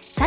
さ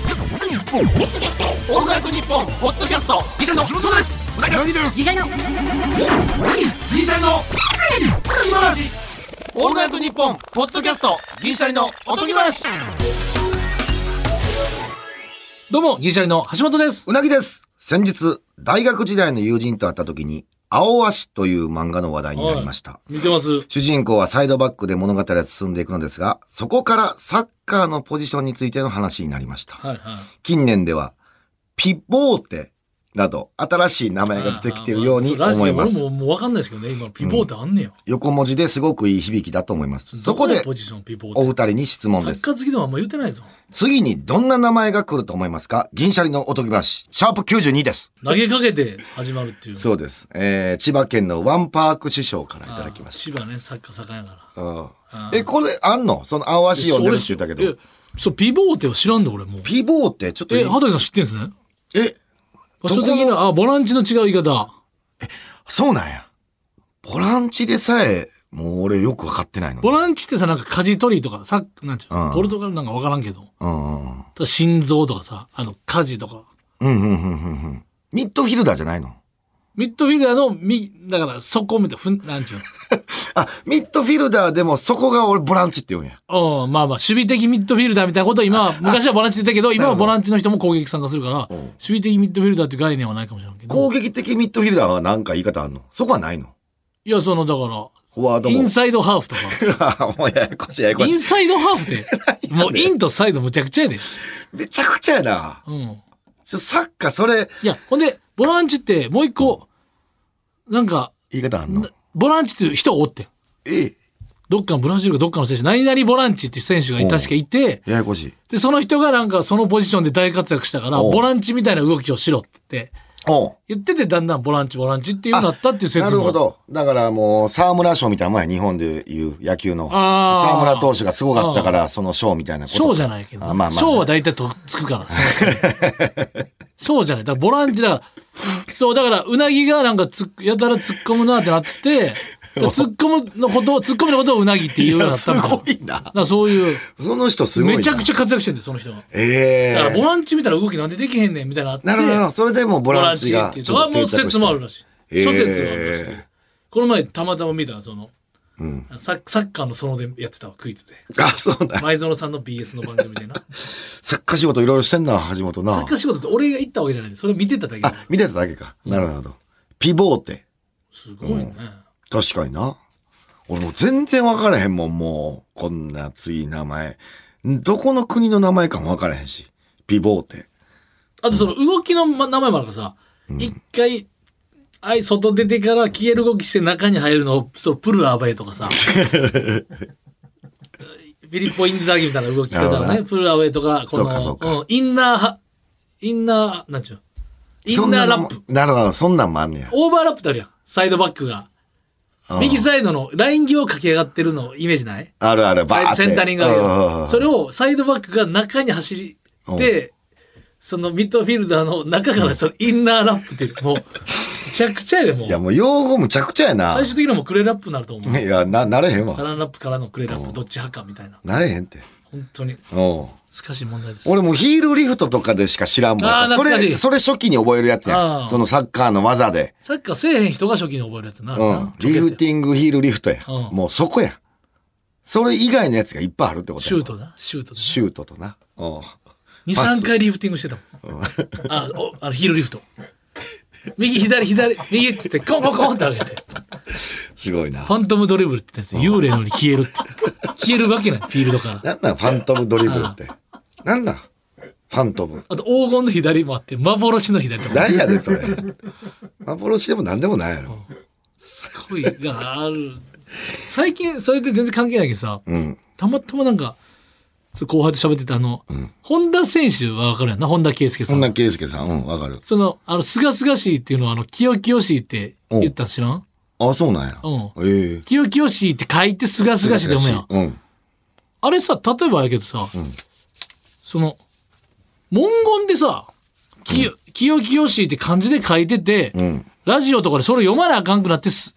ッポンオールナイトニッポンポッドキャストギシャリのそうです何ですギシャリの今話オールナイトニッポンポッドキャストギシャリのおとぎ話どうもギシャリの橋本ですうなぎです先日、大学時代の友人と会った時に、青足という漫画の話題になりました。見てます主人公はサイドバックで物語が進んでいくのですが、そこからサッカーのポジションについての話になりました。はいはい近年では、ピボーテなど、新しい名前が出てきているようにあーあー思いまラジオす。俺ももう分かんないですけどね今ピボーってあんねや、横文字ですごくいい響きだと思います。そこどでの、ポジションピボーおっ二て人に質問サでッす。カー好きではあんま言ってないぞ次にどんな名前が来ると思いますか銀シャリのおとぎ話、シャープ92です。投げかけて始まるっていうそうです。えー、千葉県のワンパーク師匠からいただきまし千葉ねサッカー盛んやかた。らうんえ、これあんのその青足読んでるって言ったけえど。そうピボーテを知らんで俺もうピボーってちょっといえい、畑さん知ってんですねえ、場この所的なあボランチの違う言い方そうなんや。ボランチでさえ、もう俺よくわかってないのに。ボランチってさなんか舵取りとかさなんちゅううのんポルトガルなんか分からんけどうんうんうん。ただ心臓とかさあの舵とかうんうんうんうんうん。ミッドフィルダーじゃないのミッドフィルダーのみだからそこみたいなふんなんちゅうあ、ミッドフィルダーでもそこが俺ボランチって言うんや。のうんまあまあ守備的ミッドフィルダーみたいなことを今は昔はボランチって言ったけど今はボランチの人も攻撃参加するから守備的ミッドフィルダーっていう概念はないかもしれんけど攻撃的ミッドフィルダーはなんか言い方あんのそこはないのいやそのだかフォワーらドイもン。サイドハーフとか もうややこしいややこイしンい。サイドハーフって、もうインとサイドむちゃくちゃやで。めちゃくちゃやな。うん。ちょサッカーそれいや、ほんで、ボランチってもう一個、なんか、言い方あんのボランチっていう人がおってん。ええどっかのブラジルかどっかの選手、何々ボランチっていう選手がうん確かいて、ややこしい。で、その人がなんかそのポジションで大活躍したから、おうボランチみたいな動きをしろっておう言ってて、だんだんボランチ、ボランチっていうようになったっていう説もなあるほ。ど。だからもう、沢村賞みたいなもんや、日本でいう野球の。あー沢村投手がすごかったから、その賞みたいなこと。賞じゃないけど、あまあまあ。賞は大体とっつくから。 賞じゃない。だからボランチだから、そう、だからうなぎがなんかつっやたら突っ込むなって なって、突っ込むのことを、突っ込みのことをうなぎって言うようになったすみたいな。ごいなだ。からそういう、その人すごいな。めちゃくちゃ活躍してるんで、その人が。えだからボえランチみたいな動きなんでできへんねんみたいなのあって。なるほど。それでもうボボラランンチチがちっょていっう。とそれはもう定着説もあるらしえーい。諸説もあるらしい。この前たまたま見たその、んササッカーのそのでやってたわクイズであ、そうだ。前園さんの BS の番組 でなササッカー仕事いろいろしてんな、橋本なッ。カー仕事って俺が行ったわけじゃないでそれ見てただけであ、見てただけか。なるほど。ピボーテ。すごいね、確かにな。俺もう全然分からへんもん、もう。こんな次名前。んどこの国の名前かも分からへんし。ピボーテ。あとその動きのま名前もあるからさ一、回あい外出てから消える動きして中に入るのをそのプルアベイと かさフィリッポ・インザーギみたいな動き方なるほだどねプルアベイとかこそうかそうかのうんインナーはインナーなんちゅうのインナーラップそんなのも。なるほど、そんなんもあんねや。オーバーラップってあるやんサイドバックがうん右サイドのライン際を駆け上がってるのイメージないあるある、バーサって。イセンタリングあるよそれれをサイドバックが中に走りでそのミッドフィルダーの中からそのインナーラップっていうもうめちゃくちゃやでもういや、もう用語むちゃくちゃやな。最終的にはもうクレラップになると思ういや、な、なれへんサわ。ランラップからのクレラップどっち派かみたいななれへんって。本当にうん。難しい問題です俺もうヒールリフトとかでしか知らんもん。あやーっぱそ懐かしれ、いそれ初期に覚えるやつやあん。ーそのサッカーの技で。サッカーせえへん人が初期に覚えるやつな、うん。リフティィングヒールリフトや。うんもうそこや。それ以外のやつがいっぱいあるってことやシュートなシュートシュートとな。うん。 23回リフティングしてたもんあおあのヒールリフト右左左右って言ってコンコンコンって上げてすごいなフ。ァントムドリブルってやつ幽霊のように消えるって消えるわけないフィールドからなんなんファントムドリブルって。なんなんファントム。あと黄金の左もあって幻の左とか何やねんそ れ。幻でも何でもないやろ。すごいがある最近それで全然関係ないけどさうん。たまたまなんかそう後輩と喋ってたあの、本田選手は分かるやんな本田圭佑さそんんな圭介さん、うん、わかる。その、あの、すがすがしいっていうのは、あの、きよきよしいって言ったの知らんあ、そうなんや。うええ。きよきよしいって書いてすがすがしいって読むやうん。ん。あれさ、例えばやけどさ、その、文言でさ、きよ、きよきよしいって漢字で書いてて、んラジオとかでそれ読まなあかんくなってす、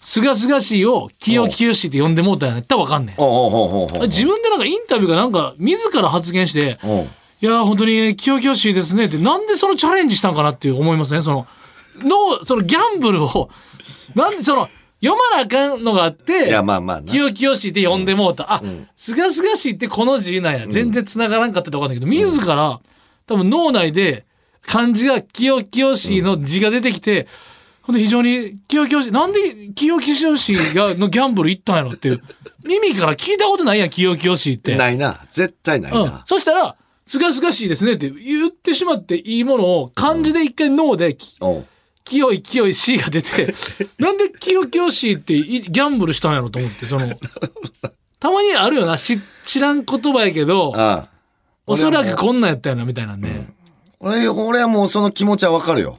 すがすがしいをきよきよしいって呼んでもうたんやったらわかんねん。おうおうおうおうおう。自分でなんかインタビューがなんか、自ら発言して、おういやー本当に清々しいですねってなんでそのチャレンジしたんかなっていう思いますねそののそのギャンブルをなんでその読まなあかんのがあっていや、まあまあな。清々しいって呼んでもうた、あすがすがしいってこの字なんや全然繋がらんかったと分かんないけど、自ら多分脳内で漢字が清々しいの字が出てきて、本当非常に清々しいなんで清々しいがのギャンブル行ったんやろっていう耳から聞いたことないやん清々しいって。ないな。絶対ないうんな。そしたら、すがすがしいですねって言ってしまっていいものを漢字で一回脳でき、おう清い清い C が出て、 なんで清清 C っていギャンブルしたんやろと思って、その、たまにあるよな、し知らん言葉やけど、ああ。おそらくこんなんやったよな、みたいなんで。うん。俺、俺はもうその気持ちはわかるよ。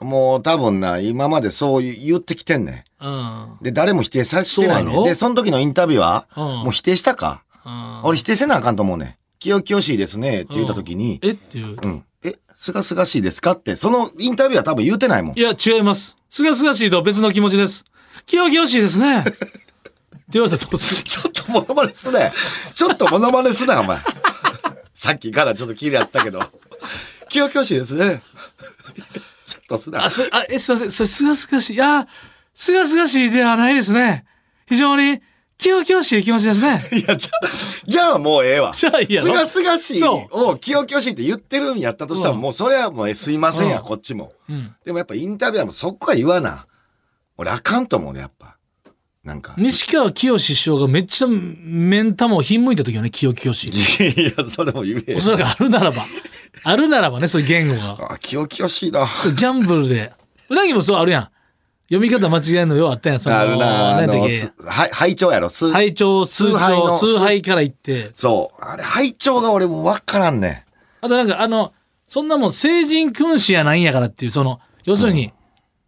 もう多分な、今までそう言ってきてんねうん。ん。で、誰も否定させてないそねうやん。ろで、その時のインタビューは、うんもう否定したか。うん。俺否定せなあかんと思うねん。清々しいですね、って言った時に、えっていう。うん。え、すがすがしいですかって、そのインタビューは多分言うてないもんい。や、違います。すがすがしいとは別の気持ちです。清清 C ですね。って言われたらどうする ちょっとモノマネすなよ。ちょっとモノマネすなよ、お前。さっきからちょっと気になったけど。清々しいですね。ちょっとすなあ、。す、あ、え、すいません。それ、すがすがしい。いやー、すがすがしいではないですね。非常に、きよきよしい気持ちですね。いや、じゃあ、じゃあもうええわ。じゃあいいやすろがすがしいそを清々しいって言ってるんやったとしたら、うんもうそれはもうえすいませんや、うんこっちも。うん。でもやっぱインタビュアーもそこは言わな。俺あかんと思うね、やっぱ。なんか。西川きよし師匠がめっちゃ、目ん玉をひんむいた時よね、きよきよし。いや、それも言えおよ。そらくあるならば。あるならばね、そういう言語が。あ、清々しいな。そう、ギャンブルで。うなぎもそうあるやん。読み方間違えんのようあったやん。その、あるな、あ何やの、ったっけすはい拝聴やろ、す。拝聴、数崇拝聴、の崇拝から言って。そう。あれ、拝聴が俺もうわからんねあとなんかあの、そんなもん成人君子やないんやからっていう、その、要するに、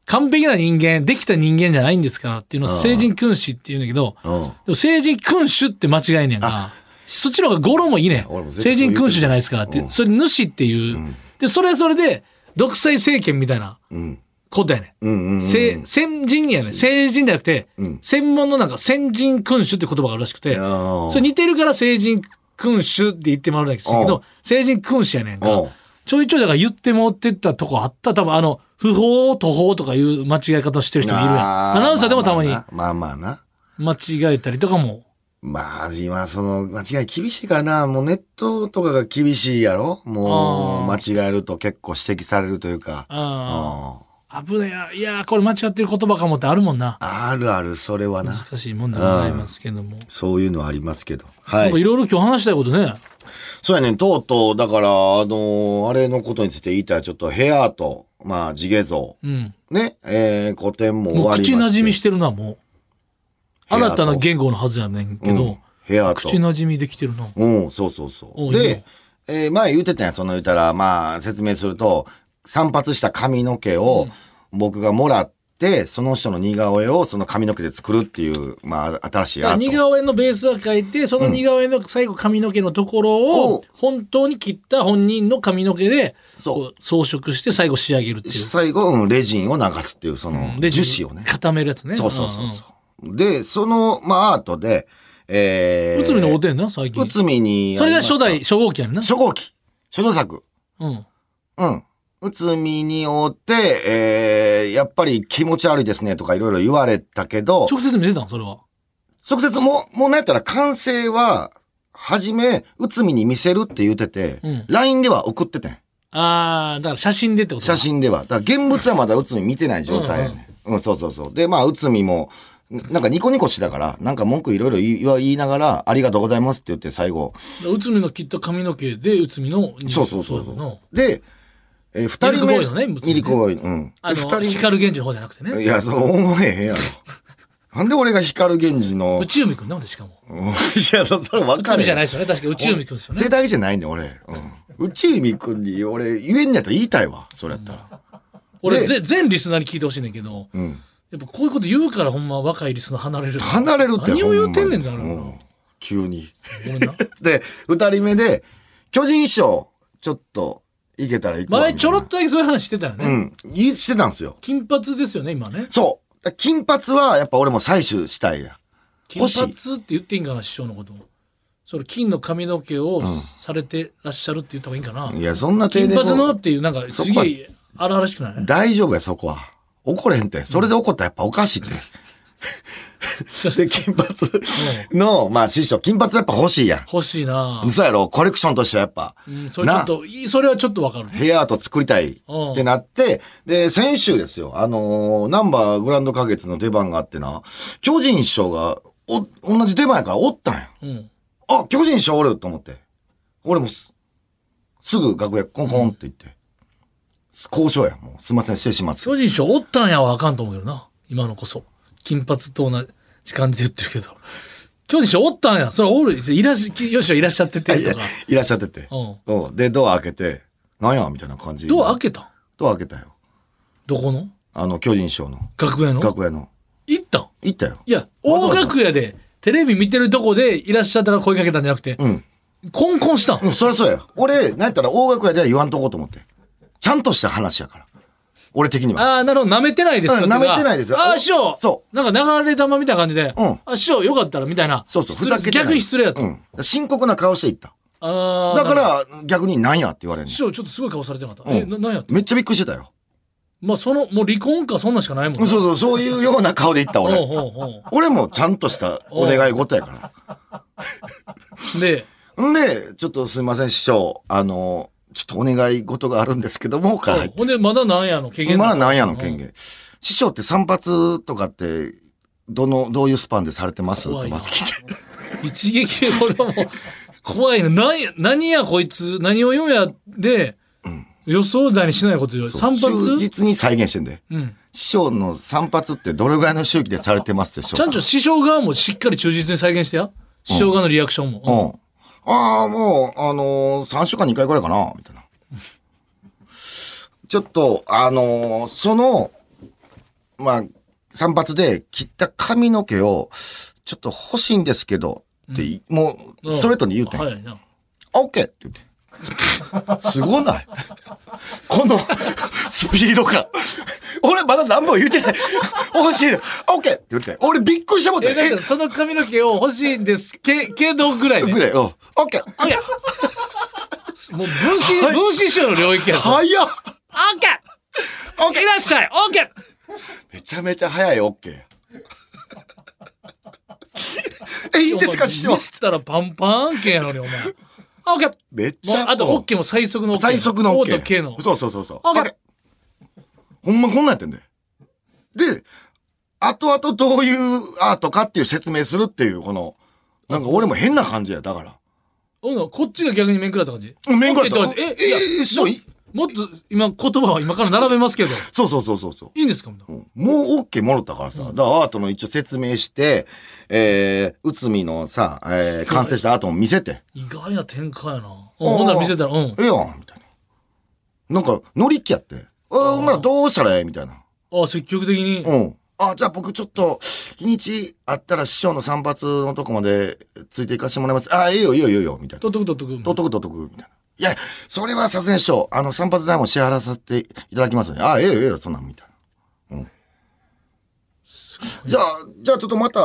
完璧な人間、できた人間じゃないんですからっていうのを成人君子って言うんだけど、ん。うん。でも成人君主って間違いねんか。そっちの方が語呂もいいねん俺も。絶対成そう言うけ人ど君主じゃないですからって。それ主っていう。で、それはそれで、独裁政権みたいなうん。ことやねん。うんうんうん。せ先人やねん。成人じゃなくて、専門のなんか先人君主って言葉があるらしくて、ああそれ似てるから成人君主って言ってもらうんだけうんど、成人君主やねんかうん。ちょいちょいだから言ってもってったとこあった。多分あの、不法、途法とかいう間違い方してる人もいるやん。あアナウンサーでもたまにまあまあな。間違えたりとかも。まあ、今、その、間違い厳しいからな。もうネットとかが厳しいやろもう、間あ違えると結構指摘されるというか。あああ、危ねえ。いやー、これ間違ってる言葉かもってあるもんな。あるある、それはな。難しいもんでございますけども。そういうのはありますけど。はなんかい。いろいろ今日話したいことね。そうやねん、とうとう、だから、あのーあれのことについて言いたら、ちょっとヘアーと、まあ、地毛像、うん。ね、えー、古典も終もわうりまして口なじみしてるな、もう。部屋と新たな言語のはずやねんけうどん、ヘアーと。口なじみできてるな。うん、そうそうそう。おいいでよ、えー前言ってたやん、その言ったら、まあ、説明すると、散髪した髪の毛を僕がもらって、その人の似顔絵をその髪の毛で作るっていう、まあ、新しいア似ート。顔絵のベースは書いてその似顔絵の最後髪の毛のところおを本当に切った本人の髪の毛でそうこう装飾して最後仕上げるっていう最後、うんレジンを流すっていう、その、で樹脂をね。固めるやつねそうそうそうそう。で、その、まあ、アートで、えー、うつみのおでんな最近うつみに、それが初代、初号機やんな初号機、初動作。うんうん。うつみにおって、えー、やっぱり気持ち悪いですねとかいろいろ言われたけど、直接見せたんそれは直接も、もうなんやったら完成は、はじめ、うつみに見せるって言っててうん、 LINE では送っててん。ああ、だから写真でってことか写。真では。だから現物はまだ内海見てない状態やねん。うん、そうそうそう。で、まあ、内海も、ななんかニコニコしてたから、なんか文句いろいろ言い言いながら、ありがとうございますって言って最後。うつみの切った髪の毛で、うつみの。そうそうそうだなそう。で、えー、二人ミ目。ルクボーイのねミリクボーイうん。あでの、二人光源氏の方じゃなくて目。ね。いや、そう思えへんやろ。なんで俺が光源氏の。内海くんなんでしかも。うんいや、そそれ分うかつるみじゃないですよね。確か内海くんですよね世。代じゃないねん俺。うん。内海くんに俺言えんやったら言いたいわ。それやったら。俺でぜ、全リスナーに聞いてほしいねんだけど、んやっぱこういうこと言うからほんま若いリスナー離れる。離れるって何を言うてんねんだほろまうにうな。ん急に。 ごめんな。で、二人目で、巨人師匠、ちょっと、いけたら行くわ前ちょろっみとだけそういう話してたよね。たいなうん。いしてたんですよ。金髪ですよね、今ね。そう。金髪は、やっぱ俺も採取したいやん。金欲しい髪って言っていいんかな、師匠のこと。それ金の髪の毛をされてらっしゃるって言った方がいいんかな。いや、そんな金で髪のっていう、なんかすそこげはえ荒々しくない大丈夫や、そこは。怒れへんって。それで怒ったらやっぱおかしいって。で、金 髪の、まあ師匠、金髪やっぱ欲しいや欲しいな、ん。そうやろ、コレクションとしてはやっぱ。うん、それちょっと、いそれはちょっとわかる。ヘアアート作りたいうんってなって、で、先週ですよ、あのーナンバーグランド花月の出番があってな、巨人師匠が、お、同じ出番やからおったんや。うん。あ、巨人師匠おると思って。俺もす、すぐ楽屋コンコンって言って。交渉や、もう。すいません、失礼します。巨人師匠おったんやはあかんと思うけどな。今のこそ。金髪と同じ感じで言ってるけど。巨人師匠おったんや。それはおる。いらっしゃ、巨人師匠いらっしゃっててとか。いらっしゃってて。ううん。で、ドア開けて、なんやみたいな感じ。ドア開けたんドア開けたよ。どこのあの、巨人師匠の楽屋の楽屋の。行ったん行ったよ。いや、わざ大わざ楽屋で、テレビ見てるとこでいらっしゃったら声かけたんじゃなくて、うん。コンコンしたんう。ん、そりゃそうや。俺、なんやったら大楽屋では言わんとこうと思って。ちゃんとした話やから。俺的には。ああ、なるほど、舐めてないですよ。うんとか舐めてないですよああ、お師匠。。そうなんか流れ玉みたいな感じで、うんあ、師匠、よかったら、みたいな。そうそう、ふ失礼ざけてない。逆に失礼やと。うん。深刻な顔していった。ああ。だかなん、ら、逆になんやって言われんね師ん匠、ちょっとすごい顔されてなかった。うんえ、な、なんやめっちゃびっくりしてたよ。まあ、その、もう離婚か、そんなんしかないもんうんね。そうそう、そういうような顔でいったおう俺。おうお俺もちゃんとしたお願い事やかうで、ら。んで、ちょっとすいません、師匠。あの、ちょっとお願い事があるんですけども、から入ってほんで、まだなんやの、経験まあなんやの権限限。師匠って散髪とかって、どの、どういうスパンでされてます怖といなまず聞いて。一撃で、これはもう、怖いな。なんや、何や、こいつ、何を言うんや、で、予想だにしないことよ。散忠髪実に再現してんで。うん。師匠の散髪ってどれぐらいの周期でされてますでしょうちゃんと師匠側もしっかり忠実に再現してや。師匠側のリアクションも。うん。ああ、もう、あのー、3週間に1回ぐらいかな、みたいな。ちょっと、あのーその、まあ、散髪で切った髪の毛を、ちょっと欲しいんですけど、ってい、もうう、んストレートに言うてん。早いな。オッケーって言って。すごないこのスピード感。俺まだ何も言うてない。欲しい。オッケーって言って。俺びっくりしたもんね。え、だえからその髪の毛を欲しいんですけ、けどぐらいびっねく。りだよ。オッケー。オ ッケーもう分身、分身師匠の領域やぞ。早っ。オッケーいらっしゃいオッケーめちゃめちゃ早いオッケー。え、いいんですか、師お匠前ミ。スったらパンパン案件やのに、お前。オッケーめっちもうゃ。あと、オッケーも最速の OK。最速のオ OK。ート K の。そうそうそうそう。 OK オッケーほんまこんなんやってんだよ。で、後々どういうアートかっていう説明するっていう、この、なんか俺も変な感じや、だから。おのこっちが逆に面食らった感じ。うん面食らったオッケーってえ、いやええ師匠いもっと今言葉は今から並べますけど、そうそうそうそうそう。いいんですかみたいな。うんもう OK もろったからさ、だからアートの一応説明して、えー、内海のさ、えー、完成したアートも見せて、意外な展開やな。うんほんなら見せたら、うん。ええやん、みたいな。なんか、乗り気やって。ああ、まあどうしたらええみたいな。あ、積極的に。うん。あ、じゃあ僕ちょっと、日にちあったら師匠の散髪のとこまでついていかしてもらいます。あ、いいよいいよいいよいいよ、みたいな。取っとく取っととっく。とくとっとく、みたいな。いや、それはさすがに師匠、あの散髪代も支払わさせていただきますね。あ、いいよいいよ、そんなん、みたいな。うん。じゃあ、じゃあちょっとまた、え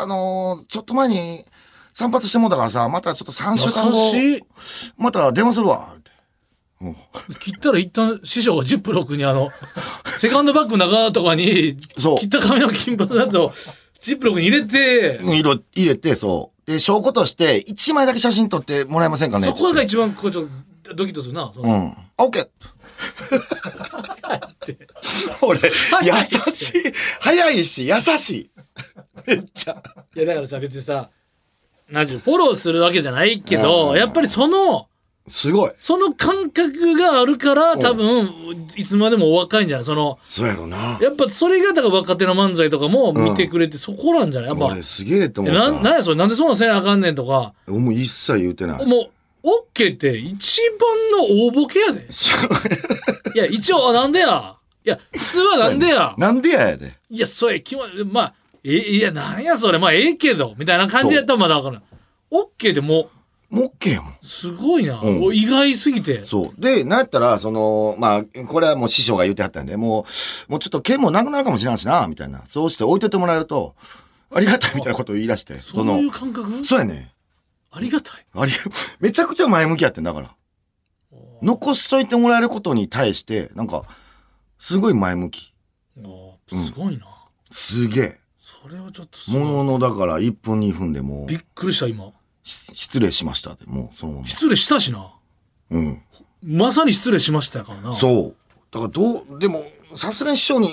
あのーちょっと前に散髪してもうたからさ、またちょっと3週間後、優しい。また電話するわ、って。切ったら一旦師匠がジップロックにあの、セカンドバッグの中とかに、そう切った髪の金髪のやつを、ジップロックに入れて、うん色入れて、そう。で、証拠として、1枚だけ写真撮ってもらえませんかねそこが一番こうちょっとドキッとするな。そのうん。あ、OK! 俺、優しい。早いし、優しい。めっちゃ。いやだからさ別にさ何ていうのフォローするわけじゃないけど、やっぱりそのすごい。その感覚があるから多分いつまでもお若いんじゃないそのそうやろな。やっぱそれがだから若手の漫才とかも見てくれて、そこなんじゃないやっぱ俺、すげえと思っえななんた。やそれなんでそんなせなあかんねんとか俺もう一切言うてない。もうオッケーって一番の大ボケやでいや一応あなんでやいや普通はなんでやなんでややで。いや、それ、気ま、まあ、え、いや、なんやそれ、まあ、ええけど、みたいな感じやったらまだわからん。オッケーでももう OK やもん。う、すごいな。んお意外すぎて。そう。で、なんやったら、その、まあ、これはもう師匠が言ってはったんで、もう、もうちょっと剣もなくなるかもしれんしな、みたいな。そうして置いててもらえると、ありがたいみたいなことを言い出して、そそうのいう、感覚そうやね。ありがたい。あり、めちゃくちゃ前向きやってんだから。残しといてもらえることに対して、なんか、すごい前向き。ああすごいな。すげえ。それはちょっとすごいものの、だから、1分2分でもうびっくりした、今。し失礼しましたで、もう、そのまま。失礼したしな。うん。まさに失礼しましたからな。そう。だからどう、でも、さすがに師匠に、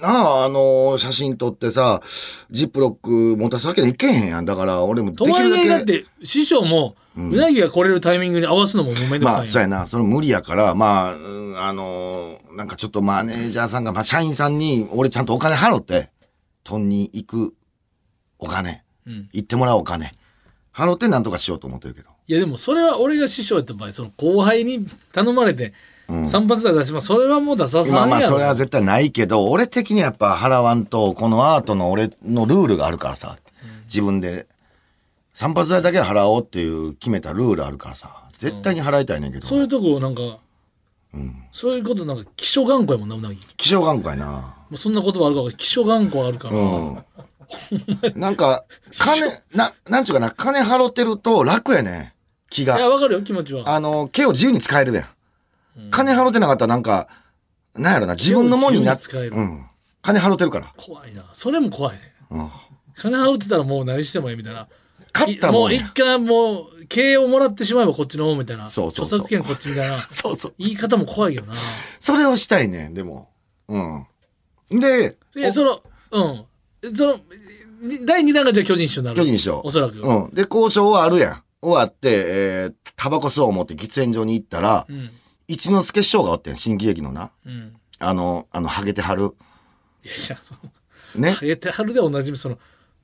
なあ、あの写真撮ってさ、ジップロック持たすわけにいけへんやん。だから、俺もでときはいえ、るだだっけ。て、師匠も、うなぎが来れるタイミングに合わすのももうめんどくまさあ、いそうやん。やな。その無理やから、まあ、うんあのーなんかちょっとマネージャーさんが、まあ、社員さんに、俺ちゃんとお金払って、トンに行くお金、うん行ってもらうお金、払ってなんとかしようと思ってるけど。いや、でも、それは俺が師匠やった場合、その後輩に頼まれて、散発台出します。それはもう出ささんまやあろ。まあ、それは絶対ないけど、俺的にはやっぱ払わんと、このアートの俺のルールがあるからさ、自分で、散髪代だけは払おうっていう決めたルールあるからさ、絶対に払いたいねんけど、そういうとこなんか、そういうことなんか気象頑固やもんなうなぎも気象眼科やな。うそんな言葉あるかも気象頑固あるから、うん。なんか、金、な、なんちゅうかな、金払ってると楽やね。気いやが。わかるよ気持ちはあの、毛を自由に使えるやん。金払ってなかったらなんか、なんやろな、自分のもんになっ自由に使えるうん。金払ってるから。怖いなそれも怖いねうん。金払ってたらもう何してもええみたいな買ったいももんうや。一回もう経営をもらってしまえばこっちの方みたいなそうそうそう著作権こっちみたいなそうそう。言い方も怖 いよなそれをしたいね、でも。うん。で、でそのうんその第2弾がじゃあ巨人師匠になる巨人師匠おそらく、うん。で、交渉はあるやん。終わって、えー、タバコ吸おう思って喫煙所に行ったら、うん一之輔師匠がおってん、新喜劇のな。うんいあの、あの、ハゲてはる。やいやそのね。ハゲてはるでおなじみその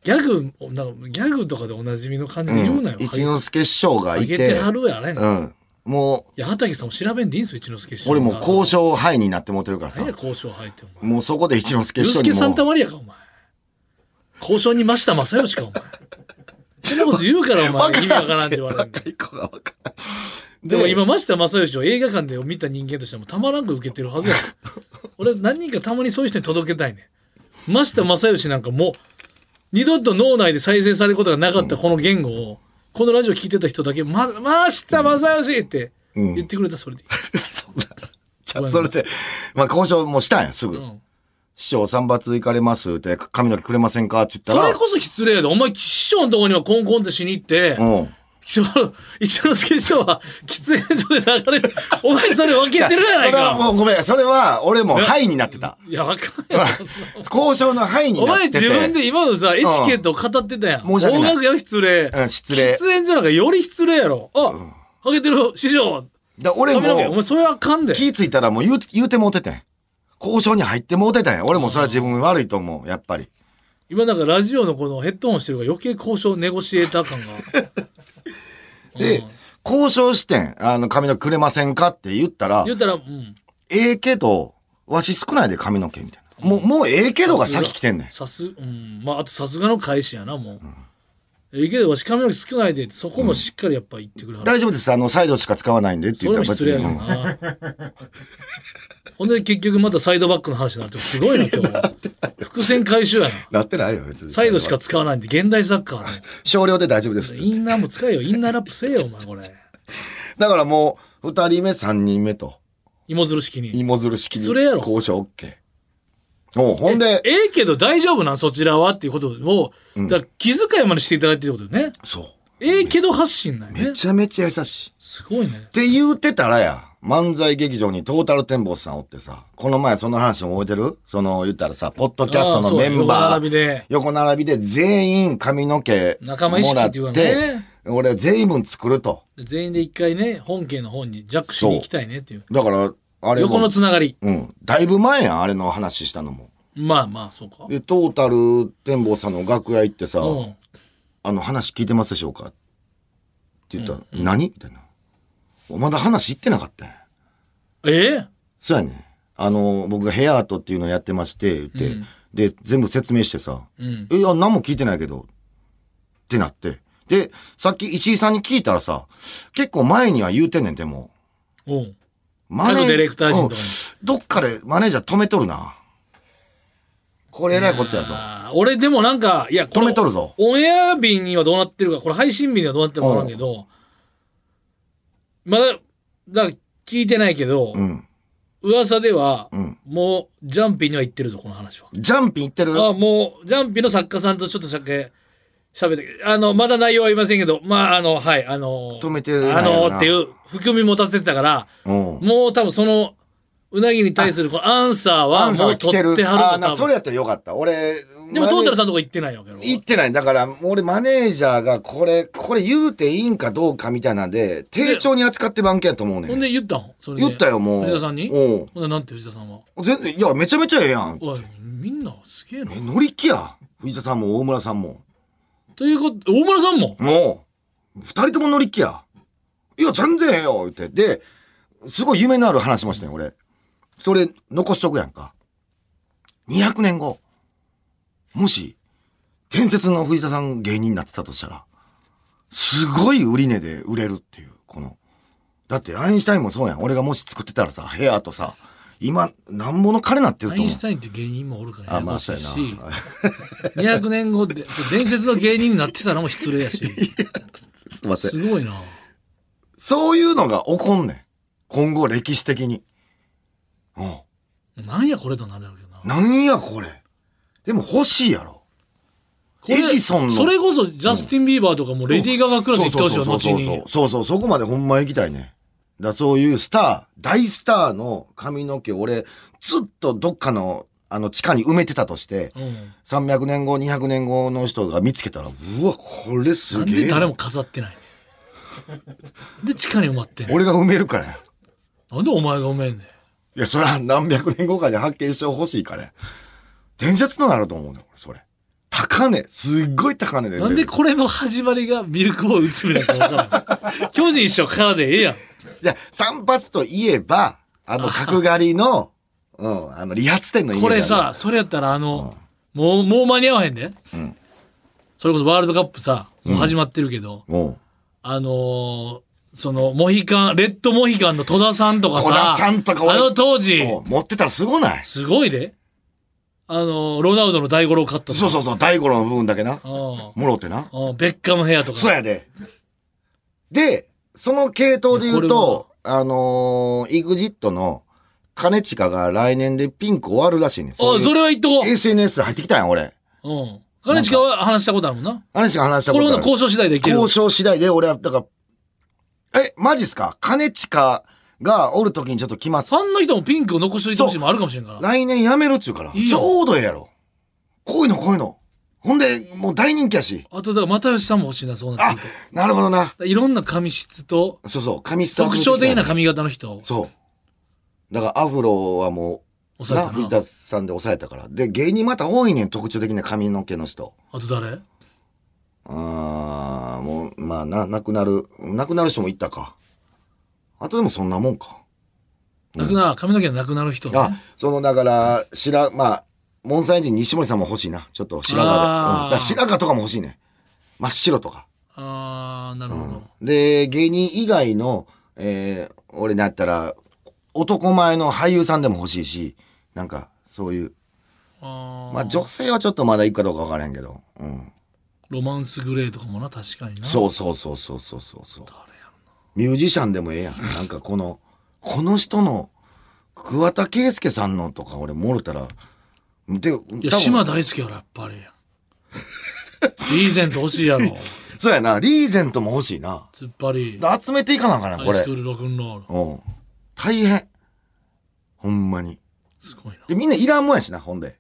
ギャグなんかギャグとかでおなじみの感じうで言うなんよ、。一之輔師匠がハいゲてては、るやあれな、ういん。もや畑さんも調べんでいいんすよ一之輔師う、匠俺もう交渉渉範囲になってもってるからさ何や。交渉入ってお前もうそこで一之輔ユー師ス匠ケ・にサンタもマリアかお前交渉に増した正義かお前そんなこと言うからお前意味わからんって言わ れるんだ若い子がわからんでもで今増田正義を映画館で見た人間としてもたまらんく受けてるはずや俺何人かたまにそういう人に届けたいね増田正義なんかもう二度と脳内で再生されることがなかったこの言語をこのラジオ聞いてた人だけ「ま、増田正義!」って言ってくれたらそれでいい、 そんな。じゃあそれで、まあ交渉もしたんや、すぐ。うん師匠散髪行かれますって髪の毛くれませんかって言っそたれら、こそ失礼だお前師匠のとこにはコンコンってしに行って、うん。一応 一之輔師匠は喫煙所で流れ てお前それ分けいやてるやないそれはかもうごめん、それは俺も範囲になってた。いやあかんやん交渉の範囲におなっ前てて。自分で今のさエチケットを語ってたやん申し訳ない大学よ失礼、うん失礼喫煙所なんかより失礼やろあ、ハゲてる師匠で俺髪の毛おも前それはあかんで気ぃついたらもう言う言うてもうててん。交渉に入ってもうてたんや。俺もそれは自分悪いと思う、やっぱり。今なんかラジオのこのヘッドホンしてるから余計交渉ネゴシエーター 感がで、交渉してん。あの、髪の毛くれませんかって言ったら言、ったらうんええけど、わし少ないで髪の毛みたいな。もう、もうええけどが先来てんねん。さすうんまああとさすがの返しやなもう、ええけどわし髪の毛少ないでそこもしっかりやっぱ言ってくれはる大丈夫です。あの、サイドしか使わないんでってそ言ったれもら失礼やうもんんな。 ほんで結局またサイドバックの話になってすごいな 今日伏線回収やななってないよ、別に。サイドしか使わないんで現代サッカーね少量で大丈夫です。インナーも使えよインナーラップせえよお前これだからもう、二人目、三人目と、芋づる式に芋づる式に失礼やろ交渉 OK。おうほんで、ええけど大丈夫なんそちらはっていうことをだから気遣いまでしていただいてるってことよねそう。ええけど発信なんやねめ。ちゃめちゃ優しい。すごいねっ。て言うてたらや、漫才劇場にトータルテンボスさんおってさ、この前その話も覚えてるその言ったらさ、ポッドキャストあーのそうメンバー、横並びで横並びで全員髪の毛仲間意も識らっっていて、うのね俺全員分作ると。全員で一回ね、本家の方にジャックしに行きたいねっていう。だから、あれも横のつながり。うん、だいぶ前やん、あれの話したのも。まあまあ、そうか。で、トータルテンボスさんの楽屋行ってさ、うん。あの話聞いてますでしょうかって言ったら、何みたいな。まだ話行ってなかったんやええそうやね。あの、僕がヘアアートっていうのをやってまして、言って、で、全部説明してさ、んえ、いや、何も聞いてないけど、ってなって。で、さっき石井さんに聞いたらさ、結構前には言うてんねん、でも。おうマ各ディレクター陣とかにうんどっかでマネージャー止めとるな。これえらいことやぞ。あー俺でもなんか、いや、こ止れめとるぞ。オンエア日にはどうなってるか、これ配信日にはどうなってるかわからんけど、まだ、だから聞いてないけど、うん。噂では、んもうジャンピーには行ってるぞ、この話は。ジャンピン行ってるあもうジャンピの作家さんとちょっとしゃけ喋ってあのまだ内容は言いませんけどまああのはいあの止めてないよなあのっていう含み持たせてたからうん。もう多分そのうなぎに対するこのアンサーはアンサーもはう来取てるっ。てあはーるとな、多それ分やったらよかった。俺、でもトータルさんんのとこ行ってないわけよ行ってない。だから、俺、マネージャーが、これ、これ言うていいんかどうかみたいなんで、丁重に扱ってる案件やと思うねほんん。で言ったんそれで言ったよ、もう。藤田さんにうほんでなんて藤田さんはん。全然、いや、めちゃめちゃええやん。おいみんなすげえなえ、乗り気や。藤田さんも大村さんも。ということ大村さんももう、二人とも乗り気や。いや、全然ええよ、言って。で、すごい夢のある話しましたね、俺。それ、残しとくやんか。200年後、もし、伝説の藤田さん芸人になってたとしたら、すごい売り値で売れるっていう、この。だって、アインシュタインもそうやん。俺がもし作ってたらさ、ヘアとさ、今、なんぼの彼なってるとア思インうシュ。タインって芸人もおるからあ、やや まあ、こしそうやいし、な。 200年後で 伝説の芸人になってたらもう失礼 やしすいませんす。ごいなそういうのが起こんねん。今後歴史的に。うん。なんやこれとなるやろうけどな。なんやこれ。でも欲しいやろ。これエジソンのそれこそジャスティン・ビーバーとかもレディー・ガガクラス行ってほしいよ、そう後そうそうに。そうそう、そこまでほんま行きたいね。だからそういうスター、大スターの髪の毛、俺、ずっとどっかの、あの、地下に埋めてたとして、うん。 300年後、200年後の人が見つけたら、うわ、これすなんげえでな。誰も飾ってないねんで、地下に埋まってんね俺が埋めるからや。んなんでお前が埋めんねん。いや、それは何百年後かに発見してほしいから。伝説となると思うね、俺、それ。高値、すっごい高値で売れる。なんでこれの始まりがミルクボーイ内村か分 からん。巨人師匠からでええやん。いや、散髪といえば、あの、角刈りの、うん、あの、理髪店のイメージこれあるさ、それやったらあの、もう、もう間に合わへんで。それこそワールドカップさ、もう始まってるけど、もう、あのーその、モヒカン、レッドモヒカンの戸田さんとかさ、戸田さんとかあ俺の当時、もう持ってたらすごない。すごいで。あのーロナウドの大五郎カットとかそうそうそう、大五郎の部分だけな。うもろってな。ん。うん。ベッカムヘアとか。そうやで。で、その系統で言うと、あのー、EXIT の兼近が来年でピンク終わるらしいねん。あ、それは言っとこ SNS 入ってきたんや、俺。う。うん。彼近は話したことあるもんな。話が話したここれとはある交渉次第でいける。交渉次第で、俺は、だから、え、マジっすか兼近がおるときにちょっと来ます フ。ァンの人もピンクを残しといてほしいもあるかもしれんから。来年やめろっちゅうから。いいちよょうどええやろ。こういうのこういうの。ほんで、もう大人気やし。あと、だから、又吉さんも欲しいな、そうなっあてくるとだか、なるほどな。ら。いろんな髪質と、そうそう、髪質特徴的な髪。髪型の人。そう。だからアフロはもう、抑えな、たな藤田さんで抑えたから。で、芸人また多いねん、特徴的な髪の毛の人。あと誰あー、もう、まあな、亡くなる、亡くなる人もいったか。あとでもそんなもんか。なくな、髪の毛がなくなる人ね。あ、その、だから、白、まあ、モンサイ人西森さんも欲しいな。ちょっと白髪で。あーうん、だから白髪とかも欲しいね。真っ白とか。あー、なるほど。で、芸人以外の、えー、俺だったら、男前の俳優さんでも欲しいし、なんか、そういう。あーまあ、女性はちょっとまだいくかどうかわからへんけど。うん。ロマンスグレーとかもな、確かにな。そうそうそうそうそうそうそう。あれやミュージシャンでもええやん。なんかこの、この人の、桑田佳祐さんのとか俺もろたら、で、いや、多分 島大好きやろ、やっぱり。リーゼント欲しいやろ。そうやな、リーゼントも欲しいな。突っ張り。集めていかなあかんな、ハこイれスク。ールロックンロール。うん。大変。ほんまに。すごいな。で、みんないらんもんやしな、ほんで。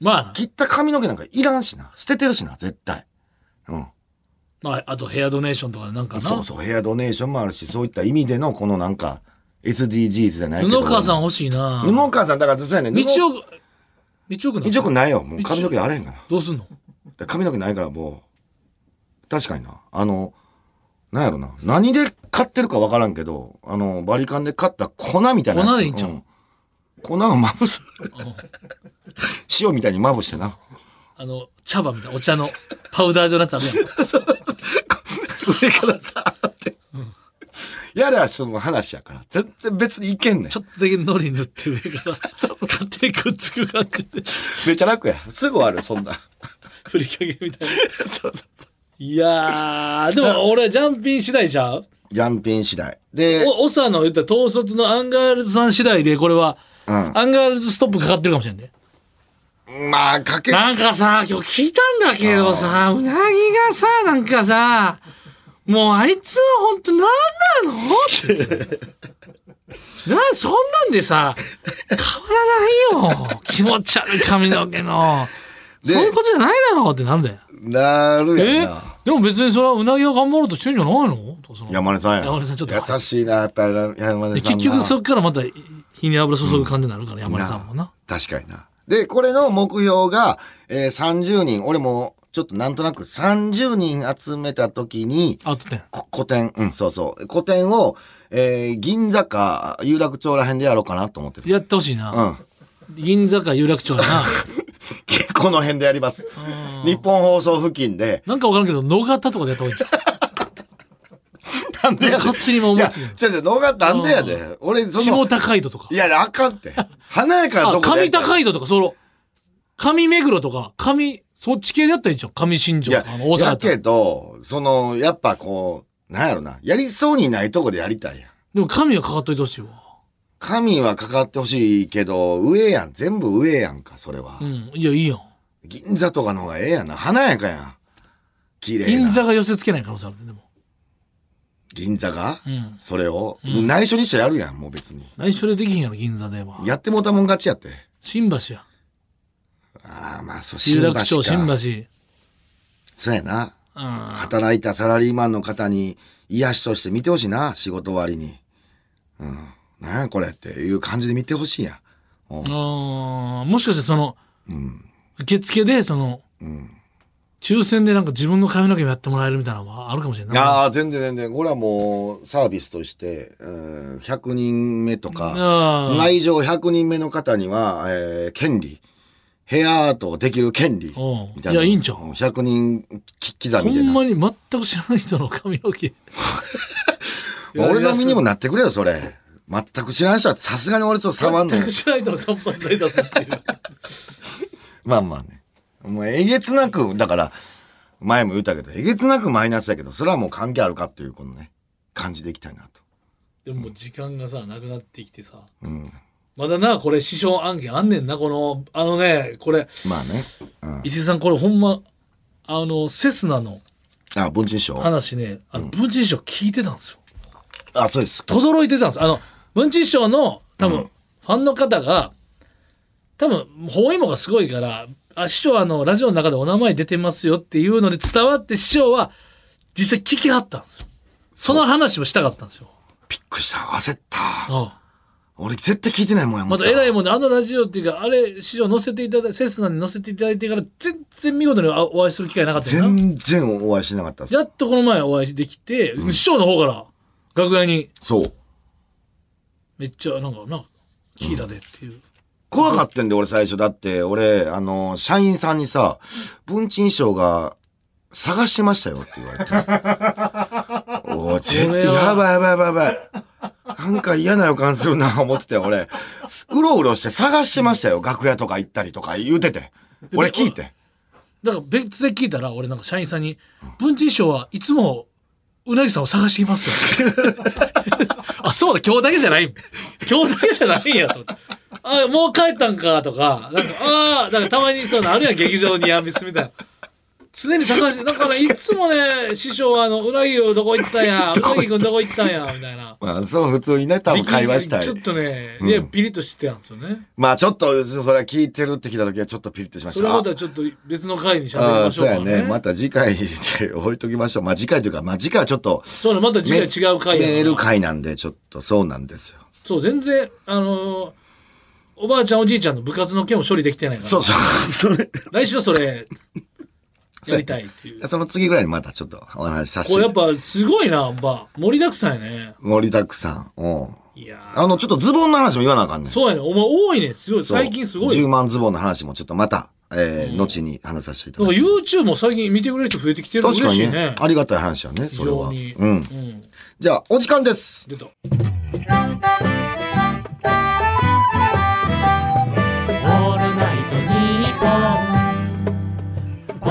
まあな切った髪の毛なんかいらんしな。捨ててるしな、絶対。うん。まあ、あとヘアドネーションとかでなんかな。そうそう、ヘアドネーションもあるし、そういった意味での、このなんか、SDGs じゃないけど。布川さん。欲しいな。布川さん、だから、そうやねん。道道を、道をくな。夫くんないよ。もう髪の毛あれへんから。どうすんので髪の毛ないからもう、確かにな。あの、なんやろな。何で買ってるかわからんけど、あの、バリカンで買った粉みたいなやつ。粉でいいんちゃうう粉をま ぶす。塩みたいにまぶしてな。あの、茶葉みたいな、お茶のパウダー状のやつあるやん。 上からさーって。やらその話やから。全然別にいけんねんちょ。っとだけ海苔塗って上から、勝手にくっつく感じで、めっちゃ楽や。すぐ終わる、そんな。ふりかけみたいそな。うそうそう。いやー、でも俺、ジャンピン次第じゃんジャンピン次第。で、お、長の言ったら統率のアンガールズさん次第で、これは、うんアンガールズストップかかってるかもしれんね。まあ、かけ、なんかさ、今日聞いたんだけどさ、うなぎがさ、なんかさ、もうあいつは本当なんなのって言ってた。な、そんなんでさ、変わらないよ。気持ち悪い髪の毛の。でそういうことじゃないだろうってなんだよ。なるえやんな。でも別にそれはうなぎが頑張ろうとしてるんじゃないのとその山根さんや。山根さんちょっと優しいな、やっぱり山根さんな。で結局そっからまた火に油注ぐ感じになるから、山根さんもな。確かにな。で、これの目標が、えー、30人、俺もちょっとなんとなく30人集めた時に、あとね。こ古典、うん、そうそう。古典を、えー、銀座か有楽町ら辺でやろうかなと思ってる。やってほしいうな。ん。銀座か有楽町 やな。この辺でやります。日本放送付近で。なんかわからんけど、野方とかでやった方がいいんちゃうなんでやで勝手にも思いいや、ついちょっと、動画なんでやで。俺、その下、高井戸とかい。や、あかんって。華やかなあ、とこでや上りたい。高井戸とか、その、上目黒とか、上、そっち系でやったらいいじゃん。上新い庄やとか、あの、大阪だやったらけど、その、やっぱこう、なんやろな。やりそうにないとこでやりたいやん。でも上はかかっといてほしいわ。神はかかってほしいけど、上やん。全部上やんか、それはう。ん。いや、いいやん。銀座とかの方がええやな。華やかやん。綺麗な。銀座が寄せ付けない可能性あるね、でも。銀座が、うんそれを、内緒にしてやるやん、もう別に。内緒でできひんやろ、銀座では。やってもうたもん勝ちやって。新橋や。ああ、まあ、そう、有楽か町、新橋。そうやな。うん。働いたサラリーマンの方に癒しとして見てほしいな、仕事終わりに。うん。なんやこれっていう感じで見てほしいやん。うんあーもしかしてその、受付で、その、抽選でなんか自分の髪の毛もやってもらえるみたいなのもあるかもしれんない。ああ、全然全然。これはもうサービスとして、うん、100人目とか、あー内情100人目の方には、えー権利、ヘアアートをできる権利おう、みたいな。いやいいんちゃう ?100 人き刻ほみでんな。まに全く知らない人の髪の毛。俺の身にもなってくれよ、それ。全く知らん人はさすがに俺ちょっと触んない全く。知らない人の散髪代出すっていう。 まあまあね。もうえげつなく、だから、前も言ったけど、えげつなくマイナスだけど、それはもう関係あるかっていう、このね、感じでいきたいなと。でももう時間がさ、なくなってきてさ。うん。まだな、これ、師匠案件あんねんな、この、あのね、これ、まあね。うん。伊勢さん、これほんま、あの、セスナのあ、文珍賞。話ね、あの、文珍師匠聞いてたんですよ。あ、そうです。とどろいてたんです。あの、文珍師匠の、多分、ファンの方が、多分、包囲網がすごいから、あ、師匠、あの、ラジオの中でお名前出てますよっていうので伝わって、師匠は、実際聞きはったんですよ。その話をしたかったんですよ。びっくりした。焦った。ああ俺絶対聞いてないもんやもまた偉いん。もんで、あのラジオっていうか、あれ、師匠載せていただいて、セスナに載せていただいてから、全然見事におお会いする機会なかったよな。全然お会いしなかったです。やっとこの前お会いできて、師匠の方から、楽屋に、そう。めっちゃ、なんか、なんか、聞いたでっていう。怖かったんで、俺最初。だって、俺、あの、社員さんにさ、文珍賞が、探してましたよって言われ て。おー、絶こ対、れはやばいやばいやばいやばい。なんか嫌な予感するな、思ってて、俺。すうろうろして探してましたよ。楽屋とか行ったりとか言うてて。俺聞いて。だから別で聞いたら、俺なんか社員さんに、文珍師匠はいつも、うなぎさんを探していますよ。 あ、そうだ、今日だけじゃない。今日だけじゃないんやと思って。あ、もう帰ったんか、とか、なんか、ああ、なんかたまにそういうのあるやん、劇場にやみすみたいな。常に探して、だからいつもね、師匠はあの、うなぎをどこ行ったん や、うなぎくんどこ行ったんや、みたいな。まあ、そう、普通にね、多分会話したいちょ。っとね、うんいや、ピリッとしてたんですよね。まあ、ちょっと、それは聞いてるって聞いた時は、ちょっとピリッとしましそれはた。またちょっと別の回にしゃべりああまー、しそょううかやね。ね。また次回で置いときましょう。まあ、次回というか、まあ、次回はちょっと、そうね、また次回違う回やからメール会なんで、ちょっと、そうなんですよ。そう、全然、あのーおばあちゃんおじいちゃんの部活の件を処理できてないから。そう そう。それ、来週はそれ、やりたいっていう。 その次ぐらいにまたちょっとお話しさせ。これやってぱすごいな、ば盛りだくさんやね。盛りだくさん。うん。いやーあの、ちょっとズボンの話も言わなあかんねん。そうやね。お前多いね。すごい。そう最近すごい。 10なんか万ズボンの話もちょっとまた、えー、後に話させていただき YouTube も最近見てくれる人増えてきてるます。嬉確かしいにねね。。ありがたい話はね、非それは。常うに。ん。じゃあ、お時間です。出た。オールナイトニッポン」ポ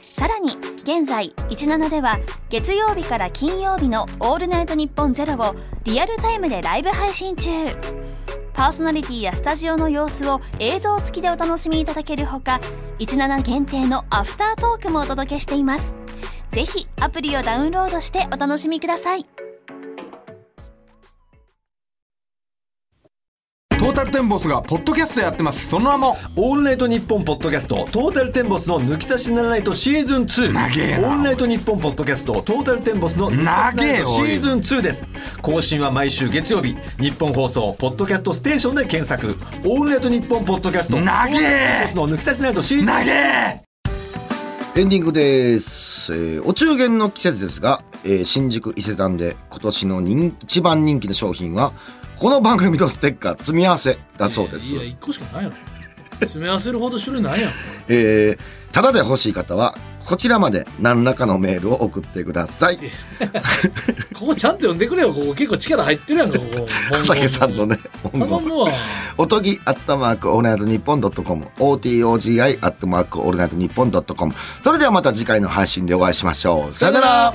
さらに現在17では月曜日から金曜日の「オールナイトニッポンゼロをリアルタイムでライブ配信中パーソナリティやスタジオの様子を映像付きでお楽しみいただけるほか17限定のアフタートークもお届けしていますぜひアプリをダウンロードしてお楽しみくださいトータルテンボスがポッドキャストやってますその名もオールナイトニッポンポッドキャストトータルテンボスの抜き差しならないとシーズン2長えなオールナイトニッポンポッドキャストトータルテンボスの抜き差しならないとシーズン2です更新は毎週月曜日日本放送ポッドキャストステーションで検索オールナイトニッポンポッドキャスト長えトータルテンボスの抜き差しならないとシーズン2投げエンディングです。えーお中元の季節ですが、えー新宿伊勢丹で今年の人一番人気の商品は、この番組のステッカー積み合わせだそうですいや、。一個しかないやろ。詰め合わせるほど種類ないやろ。えー、ただで欲しい方は、こちらまで何らかのメールを送ってください。ここちゃんと呼んでくれよ。ここ結構力入ってるやんか、こ こ。畑さんのね、頼文言むわ。おとぎアットマークオールナイトニッポンドットコム OTOGI アットマークオールナイトニッポンドットコムそれではまた次回の配信でお会いしましょうさよなら